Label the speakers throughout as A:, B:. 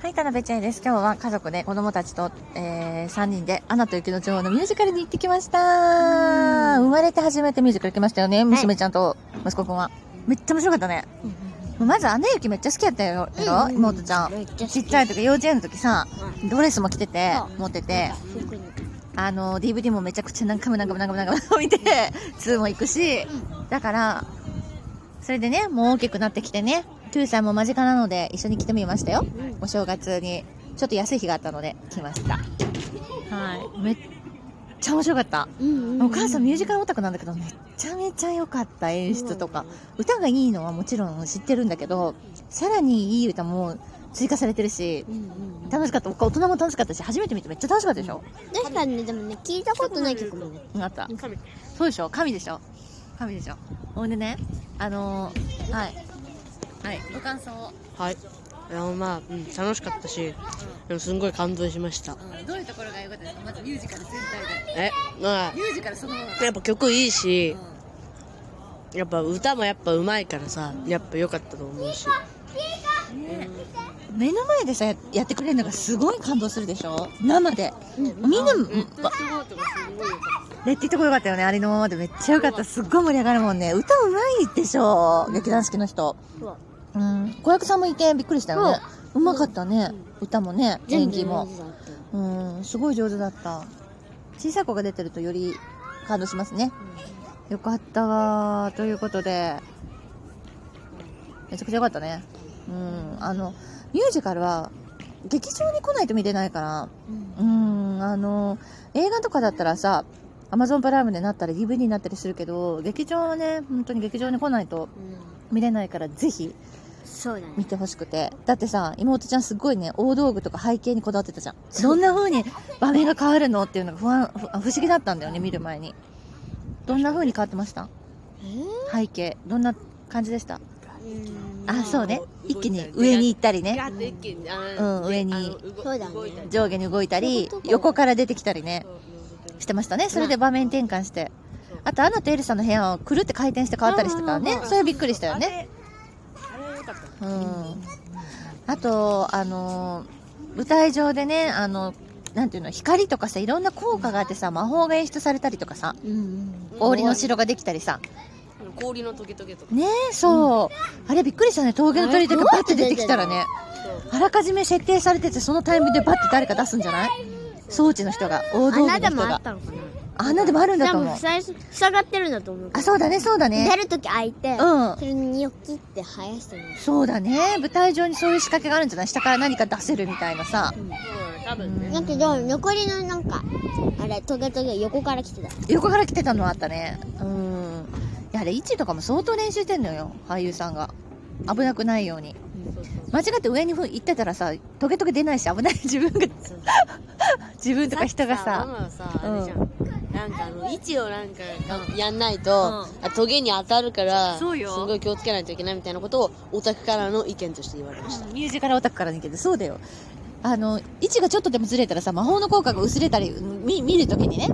A: はい、田辺ちゃんです。今日は家族で子供たちと、えー、3人で、アナと雪の女王のミュージカルに行ってきました。生まれて初めてミュージカル行きましたよね、娘ちゃんと息子くんは。めっちゃ面白かったね。もうまず、アナ雪めっちゃ好きやったよ、やろ妹ちゃん。
B: めっちゃ好
A: ち
B: き
A: っちゃい時、幼稚園の時さ、
B: う
A: ドレスも着てて
B: そ、う
A: 持ってて、
B: 服に
A: あの、DVD もめちゃくちゃ何回も何回も何回も何回も見て、2も行くし、だから、それでね、もう大きくなってきてね、トゥーさんも間近なので一緒に来てみましたよ。
B: うん
A: お正月に、ちょっと安い日があったので来ました。はい。めっちゃ面白かった。
B: うん
A: お母さんミュージカルオタクなんだけど、めっちゃめちゃ良かった演出とか。歌がいいのはもちろん知ってるんだけど、さらにいい歌も追加されてるし
B: う、んうん
A: 楽しかった。大人も楽しかったし、初めて見てめっちゃ楽しかったでしょ
B: 確かにねでもね聞いたことない曲もね
A: あった。そうでしょ神でしょ神でしょほんでね、あのー、はい。はい。ご感想を。
C: はい。いやまあ、うん、楽しかったし、でもすんごい感動しました。
A: うんどういうところが良かったですかまずミュージカル全体で。
C: え、ま
A: ミュージカルそのもの。
C: あ、やっぱ曲いいし、
A: うん
C: やっぱ歌もやっぱ上手いからさ、やっぱ良かったと思うし。
A: 目の前でさややってくれるのがすごい感動するでしょ生で、みんな、わレッティとこよかったよねありのままでめっちゃよかったすっごい盛り上がるもんね歌うまいでしょ劇団四季の人
B: そう
A: うん子役さんもいてびっくりしたよねうまかったね、歌もね演技もうんすごい上手だった小さい子が出てるとより感動しますね、よかったわーということでめちゃくちゃよかったねうんあのミュージカルは劇場に来ないと見れないからうんあの映画とかだったらさアマゾンプライムでなったり DVD になったりするけど劇場はね本当に劇場に来ないと見れないからぜひ
B: そうだね
A: 見てほしくてだってさ妹ちゃんすごいね大道具とか背景にこだわってたじゃんどんな風に場面が変わるのっていうのが不安不不思議だったんだよね見る前にどんな風に変わってました背景どんな感じでしたあそうね一気に上に行ったりね
C: と一気に、あ
A: うん上に
B: そうだね
A: 上下に動いたり
B: そういうことか
A: 横から出てきたりねしてましたねそれで場面転換してあとアナとエルさんの部屋をくるって回転して変わったりしてからねそれびっくりしたよね
C: あれ良かった。
A: うんあと、あのー舞台上でね、あの、なんていうの、光とかさ、いろんな効果があってさ、魔法が演出されたりとかさ、
B: うん
A: 氷の城ができたりさ。
C: 氷のトゲトゲとか。
A: ねえ、そう。あれびっくりしたね。峠の鳥とかバ
B: あれ
A: ッて出てきたらね。あらかじめ設定されてて、そのタイミングでバッて誰か出すんじゃない装置の人が、大道具の
B: 穴で
A: 人
B: もあ
A: が
B: っ。たのかな
A: 穴でもあるんだと
B: 多
A: 思
B: 分
A: う。
B: 塞い塞がってるんだと思うけ
A: あ、
B: ど
A: そうだね、そうだね
B: 出。るとき開いて
A: うん
B: それにニョキって生やしてる
A: そうだね。舞台上にそういう仕掛けがあるんじゃない下から何か出せるみたいなさ。
C: うん、多分ね。
B: だけど残りのなんかあれトゲトゲ横から来てた
A: 横から来てたのはあったねうんいやあれ位置とかも相当練習してんのよ俳優さんが危なくないように間違って上にふ行ってたらさトゲトゲ出ないし危ない自分が 自分とか人が
C: マ
A: さ
C: マはさ、あれじゃん。なんかあの、位置をなんか、やんないと、
A: う
C: あトゲに当たるから、
A: そうよ
C: すごい気をつけないといけないみたいなことを、オタクからの意見として言われました。
A: ミュージカルオタクからだけどそうだよあの位置がちょっとでもずれたらさ魔法の効果が薄れたりみ見るときにね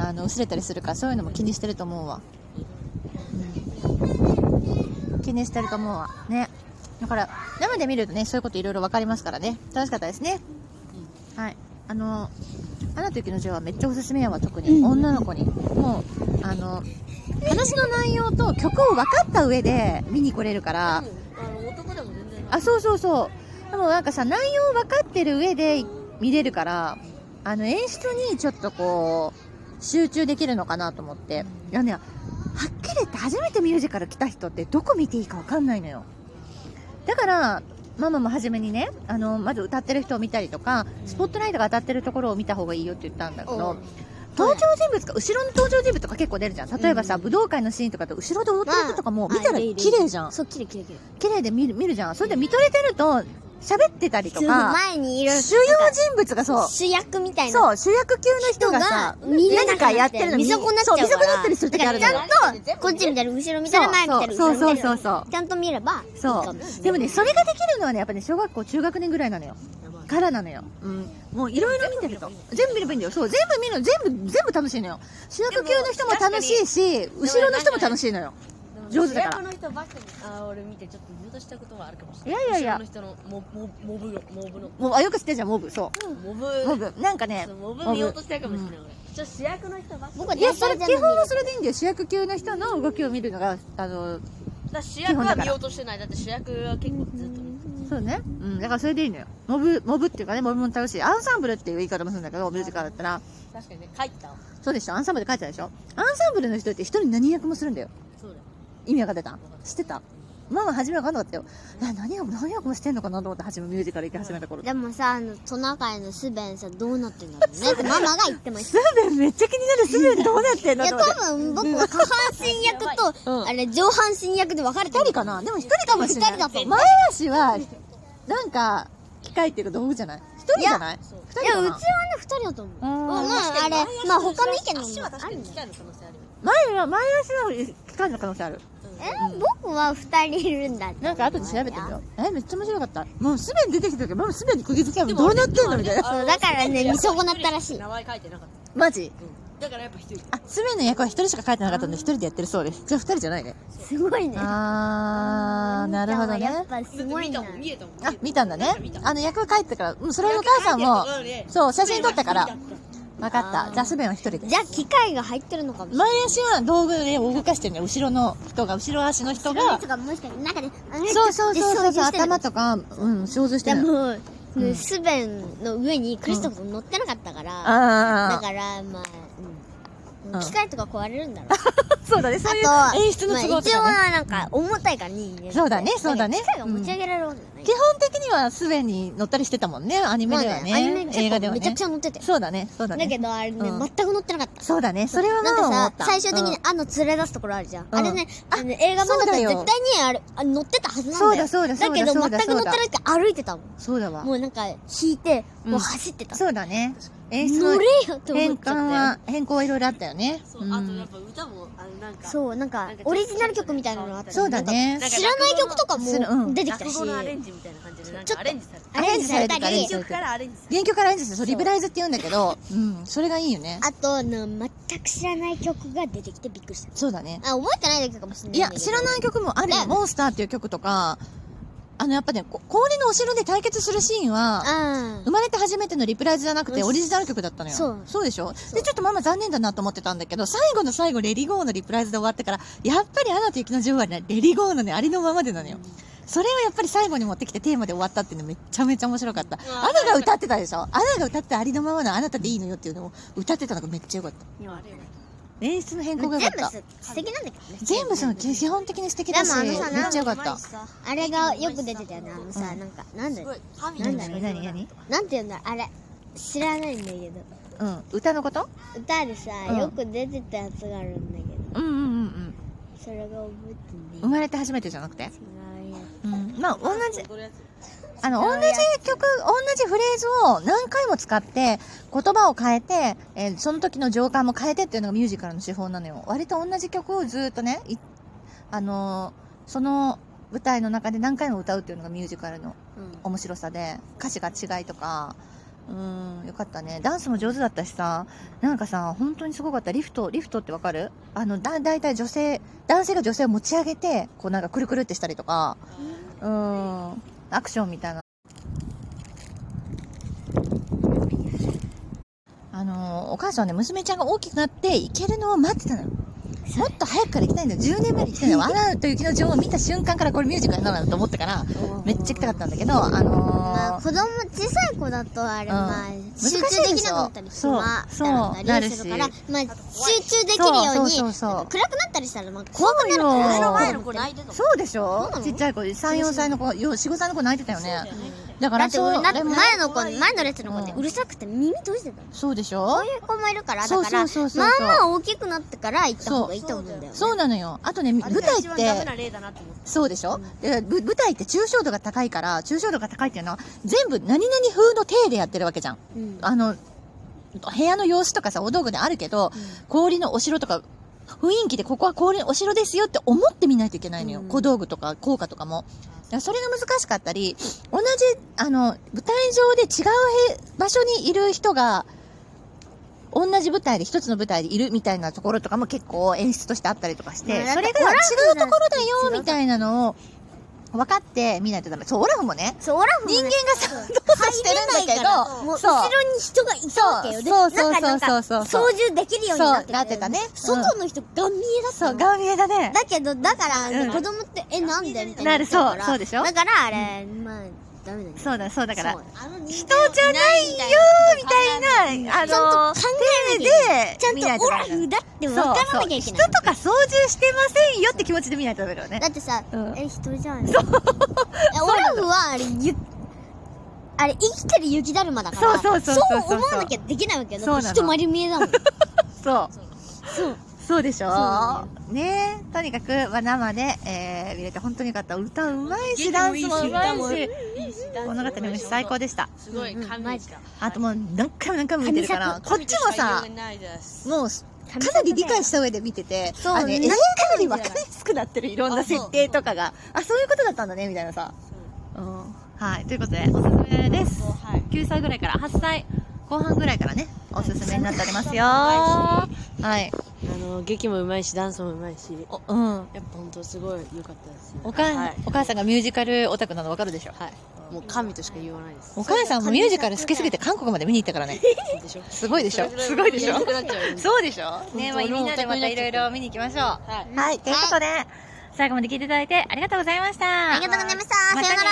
A: あの薄れたりするからそういうのも気にしてると思うわ、うん気にしてると思うわねだから生で見るとねそういうこといろいろ分かりますからね楽しかったですね、はいあの「アナと雪の女王」はめっちゃおすすめやわ特に、女の子にもうあの話の内容と曲を分かった上で見に来れるから、
C: 男でも全然
A: あそうそうそうでもなんかさ内容分かってる上で見れるからあの演出にちょっとこう集中できるのかなと思っていやねはっきり言って初めてミュージカル来た人ってどこ見ていいか分かんないのよだからママも初めにねあのまず歌ってる人を見たりとかスポットライトが当たってるところを見た方がいいよって言ったんだけど登場人物か後ろの登場人物とか結構出るじゃん例えばさ、武道館のシーンとかって後ろで踊ってる人とかも見たら綺麗じゃん
B: そう綺麗綺麗綺麗
A: 綺麗で見る見るじゃん。それで見とれてると、喋ってたりと
B: そう
A: か、
B: 前にいる
A: 主要人物がそう、
B: 主役みたいな
A: そう、主役級の人がさ、
B: 人が見れな
A: 何
B: くな
A: か
B: って
A: やってるの
B: 見損なっちゃ
A: そう
B: うから
A: 見損なったりする時あるのよ
B: だからちゃんとこっち見たり後ろ見たり前見たり
A: そう
B: 後ろ見たり
A: そうそうそうそう
B: ちゃんと見ればいいか
A: そ
B: もし
A: う。で
B: れな
A: も
B: い
A: ね、それができるのはね、やっぱね、小学校、中学年ぐらいなのよ。からなのよ。うん。もういろいろ見てると。全部見ればいいんだよ。そう、全部見るの、全部、全部楽しいのよ。主役級の人も楽しいし、後ろの人も楽しいのよ。上手だ
D: 主
A: から。
D: 役の人ばっかりあー俺見てちょっと見落としたことはあるかもし
A: い
D: れない
A: やいやいや
D: 主役の人のモモモブのモブの
A: もう、あ、よく知ってるじゃん、モブ。そ
D: モブ
A: う。モブ。なんかね
D: そう、モブ見落としたかもしれない俺ちょっと主役の人ばっかり
B: 僕はい
A: や、
B: 大
A: それ、
B: 体
A: 基
B: 全部
A: 本はそれでいいんだよ。主役級の人の動きを見るのが、あの、
D: だから主
A: 基
D: 役
A: 本だ
D: は
A: から
D: 見落としてないだって主役は結構ずっと見て
A: そうね。うん。だからそれでいいのよ。モブ、モブっていうかね、モブも楽しい。アンサンブルっていう言い方もするんだけど、ミュージカルだったら。
D: た確かにね帰ったわ
A: そうでしょアンサンブルで書いてたでしょアンサンブルの人って一人何役もするんだよ。
D: そうだよ
A: 意味わかってた知ってたママ初めわかんなかったよ。な何役、何役もしてんのかなと思って初めミュージカル行き始めた頃。
B: でもさあのトナカイのスベンさどうなってんだろう ねってママが言ってまし
A: スーベンめっちゃ気になる。スーベンどうなってんの
B: たい
A: と
B: や
A: 思って。
B: 多分僕は下半 身役と、
A: うん
B: あれ上半身役で分かれて
A: 一
B: る
A: 人かなでも一人かもしれない。
B: 一人だと思う
A: 前足は、なんか、機械っていうか道具じゃない一人じゃない二
B: い
A: 人
B: や
A: か
B: うちは
A: な
B: ね2人だと思う、
A: うん
B: まああれまあ他の意見
D: 足
B: も
D: は
B: あ
D: 確か
B: る
D: に
B: んだ
D: 機械の可能性あるよ
A: 前は、前足は機械の可能性ある。
B: え僕は2人いるんだって
A: なんか後で調べてみよう。え、めっちゃ面白かった。もうすべに出てきた時、もうすべに釘付けやもん。どうなってんのみたいな。
B: そうだからね見損なったらしい
D: 名前書いてなかった
A: マジ
D: うんだからやっぱ一人
A: あ、すべの役は一人しか書いてなかったんで、一人でやってるそうです。じゃあ二人じゃないね。
B: すごいね
A: あー、なるほど
B: や
A: ね
B: っ。ぱすごい
D: だ
B: な
D: って見たもん見えたもん
A: あ、見たんだね
D: 見た。
A: あの役は書いてたから、うん、それはお母さんも、そう、写真撮ったから、分かった。じゃあすべは一人で。
B: じゃあ機械が入ってるのかもしれない
A: 前足は道具で動かしてるね。後ろの人が、後ろ足の人が
B: と、かもしかしてなんかねあの
A: そうそうそうそう
B: 実
A: そう、
B: 装してる
A: 頭とか、うん、想像し
B: じ
A: て
B: ゃあ
A: るの。
B: もう、ねスベンの上にクリストフ乗ってなかったから、だ
A: あー、
B: からまあ、うん
A: うん
B: 機械とか壊れるんだろう、
A: そうだね。そういう
B: あと
A: 演出の都
B: まあ
A: 合と
B: 一応
A: かね。
B: はなんか重たいから人間
A: そうだねそうだね
B: 機械が持ち上げられるわけじゃない
A: 基、本的にはすでに乗ったりしてたもんね、アニメではね。
B: まあねアニメ
A: 映画ではね。
B: めちゃくちゃ乗ってて
A: そうだね、そうだね。
B: だけどあれね、
A: うん
B: 全く乗ってなかった
A: そうだね、それは
B: なん
A: まあ思っ
B: か
A: た。
B: さ最終的に
A: う
B: あの連れ出すところあるじゃん、
A: うん
B: あれねあのね映画版だったら
A: そうだ
B: 絶
A: よ
B: 対にあれあ乗ってたはずなんだよ
A: そうだそうだそうだ
B: けど
A: そう
B: 全
A: だ
B: く乗ってなくて歩いてたもん
A: んそうだわ
B: も。うなんか引いて
A: うん
B: もう走ってた、
A: そうだね。演出
B: 乗
A: の
B: れよって思
A: 変
B: っち
A: 換
B: ゃったよ
A: は、変更はいろいろあったよね。
D: そううあとやっ
A: ん
D: ぱ歌もあのなんか
B: そうなんかオリジナル曲みたいなのあった
A: そうだね
D: なんか
B: 知らない曲とか
A: 知らう
B: も
A: ん
B: 出てきた
D: 落
B: し、
D: 語のアレンジみたいな感じでなん
B: ちょっ
D: か
B: と
D: アレンジされて
B: アレンジされた
A: アレン
B: り
A: ジされたり、
D: 曲からアレンジされて
A: 原曲からアレンジして、そうリブライズって言うんだけど、うん、それがいいよね。
B: あとな全く知らない曲が出てきてびっくりした。
A: そうだね。
B: あ、覚えてないだけかもしれない
A: い
B: ん
A: や
B: だ、けど。
A: 知らない曲もあるよ。
B: ね
A: モンスターっていう曲とか、あの、やっぱね、こ氷のお城で対決するシーンは、
B: あ
A: 生まれて初めてのリプライズじゃなくて
B: うん
A: オリジナル曲だったのよ。
B: そう
A: でしょで、ちょっとママ残念だなと思ってたんだけど、最後の最後、レリゴーのリプライズで終わってから、やっぱりアナと雪の女王はね、レリゴーのね、ありのままでなのよ。それをやっぱり最後に持ってきてテーマで終わったっていうのめっちゃめちゃ面白かった。
D: ん
A: アナが歌ってたでしょアナが歌ってありのままのあなたでいいのよっていうのを歌ってたのがめっちゃよかった。
D: いやあれよかっ
A: 演出の変
B: あ。
A: 更がよ
B: 全
A: かっ
B: 部
A: た。
B: す素敵なんだけどね。
A: 全部その基本的に素敵だし、
B: でもあ
A: め
B: のさ
A: っちゃよかっ
D: なん
A: た
D: か。さ
B: あれがよく出てたよね。あのさ、
A: うん
B: なんか、なんだ
D: す
B: よ
D: ごい神
B: なんだ
D: よ
B: ろう
A: 何何何
B: なんて言うんだろうあれ。知らないんだけど。
A: うん。歌のこと
B: 歌でさ、
A: うん
B: よく出てたやつがあるんだけ
A: う
B: ど。
A: んうんうんうん。
B: それが覚えて
A: 生
B: ね
A: まれて初めてじゃなくて。
B: え。違うや
A: うん。まあ、同じ、
D: 踊るやつ
A: あの、同じ曲、同じフレーズを何回も使って、言葉を変えて、えーその時の情感も変えてっていうのがミュージカルの手法なのよ。割と同じ曲をずーっとね、いあのーその舞台の中で何回も歌うっていうのがミュージカルの面白さで、歌詞が違いとか、うーん、よかったね。ダンスも上手だったしさ、なんかさ、本当にすごかった。リフト、リフトってわかるあの、だ、だいたい女性、男性が女性を持ち上げて、こうなんかくるくるってしたりとか、うーん、アクションみたいな。あの、お母さんはね、娘ちゃんが大きくなって行けるのを待ってたのよ。もっと早くから行きたいんだよ。10年前に行きたい んだよ。アナと雪の女王を見た瞬間からこれミュージカルなのよと思ったから、めっちゃ行きたかったんだけど、あのー
B: まあ、子供、小さい子だとあれ、
A: うん
B: まあ、
A: 難しい
B: 集
A: でしょ
B: 中できなくなったり、暇
A: そう
B: だったりするから、まあ、集中できるように、
A: そ
B: な
A: うそうそうんそう
B: か暗くなったりしたら、まあ、
A: そ
B: 怖くなるから、
A: う
D: 目の
A: よ
D: 前の子泣いてるの
A: そうでしょ
B: そうなの
A: ちっちゃい子、3、4歳の子、4、5歳の子泣いてたよね。だから
B: だって
A: そう、
B: 俺だって
A: あれも
B: 前の子前の列の子ね、
A: うん
B: うるさくて耳閉じてたの
A: そうでしょ
B: そういう子もいるからだ
A: そう
B: から
A: そうそうそう
B: まあまあ大きくなってから行った方がいいと思うんだよね
A: そうなのよ。あとね、舞台
D: 一
A: っ
D: 番ダメ
A: て、
D: な例だなと思って
A: そうでしょ、でぶ舞台って抽象度が高いから、抽象度が高いっていうのは、全部何々風の体でやってるわけじゃん。
B: うん
A: あの、部屋の様子とかさ、お道具であるけど、氷のお城とか、雰囲気でここは氷のお城ですよって思ってみないといけないのよ。
B: うん
A: 小道具とか効果とかも。だからそれが難しかったり、同じ、あの、舞台上で違うへ場所にいる人が、同じ舞台で一つの舞台でいるみたいなところとかも結構演出としてあったりとかして、
B: まあ
A: それが
B: だ
A: 違
B: って
A: うところだよ
B: オラフなんて
A: みたいなのを分かって見ないとダメ。そう、オラフもね、
B: そう、オラフもね
A: 人間がさ、動作してるんだけど、
B: もう後
A: そう
B: ろに人がいたわけよね。
A: そうそう
B: なんか
A: そうそうそうそう
B: 操縦できるようになって
A: そうなってたねうん
B: 外の人、ガン見えだった
A: そ
B: の
A: う、顔見えだね。
B: だけど、だから、
A: うん
B: 子供って、え、なんでみたいに
A: な
B: な
A: る
B: っちゃから
A: そうそうでしょ
B: だから、あれ、まあ、ダメだね。
A: そうだ、そうだから
B: そう、
D: あの
A: 人
D: 人
A: じゃないよーみたいな、あ
B: ちゃ
A: の
B: んと考
A: ー、手で
B: ち
A: 見な
B: ゃ
A: い
B: ん
A: と
B: とオ
A: ダ
B: ラ
A: メだね
B: フだって分からなきゃいけ
A: そう
B: な
A: そう
B: い。
A: 人とか操縦してませんよって気持ちで見ないとダメだよね
B: だ。ってさ、
A: うん
B: え、人じゃん。えオラフは、あれ、ゆ、あれ、生きてる雪だるまだから、
A: そうそうそうそうそう
B: 思わなきゃできないわけよ。
A: そうな
B: だっ
A: の
B: て人丸見えだもん。
A: そう。
B: そう。
A: そうでしょ
B: そうな
A: ねえ、とにかく、まあ、生で、えー、見れて本当によかった。歌うまいし、ダンスもうまいし、物語も最高でした。
C: すごい感動した。
A: あともう何回も何回も見てるから、こっちもさ、もうかなり理解した上で見てて、
B: そう
A: あのね、
B: 何
A: 絵
B: 回
A: か
B: も
A: なり分かりやすくなってる、いろんな設定とかが。あ、そういうことだったんだね、みたいなさ。うん。はい、ということで、おすすめです。9歳ぐらいから、8歳後半ぐらいからね、おすすめになっておりますよ。はい。
C: あの劇もうまいしダンスもうまいし
A: おうん。
C: やっぱ本当すごい良かったですね
A: お母
C: はい、
A: お母さんがミュージカルオタクなの分かるでしょ。
C: はい、もう神としか言わないです
A: お母さんもミュージカル好きすぎて韓国まで見に行ったからね。
C: でしょ
A: すごいでしょ。 すごいでしょ。 そうでしょ。ね、まあ、みんなでまたいろいろ見に行きましょう。
C: はい
A: はい、ということで、最後まで聞いていただいてありがとうございました。
B: ありがとうございました。
A: またね
B: さよなら。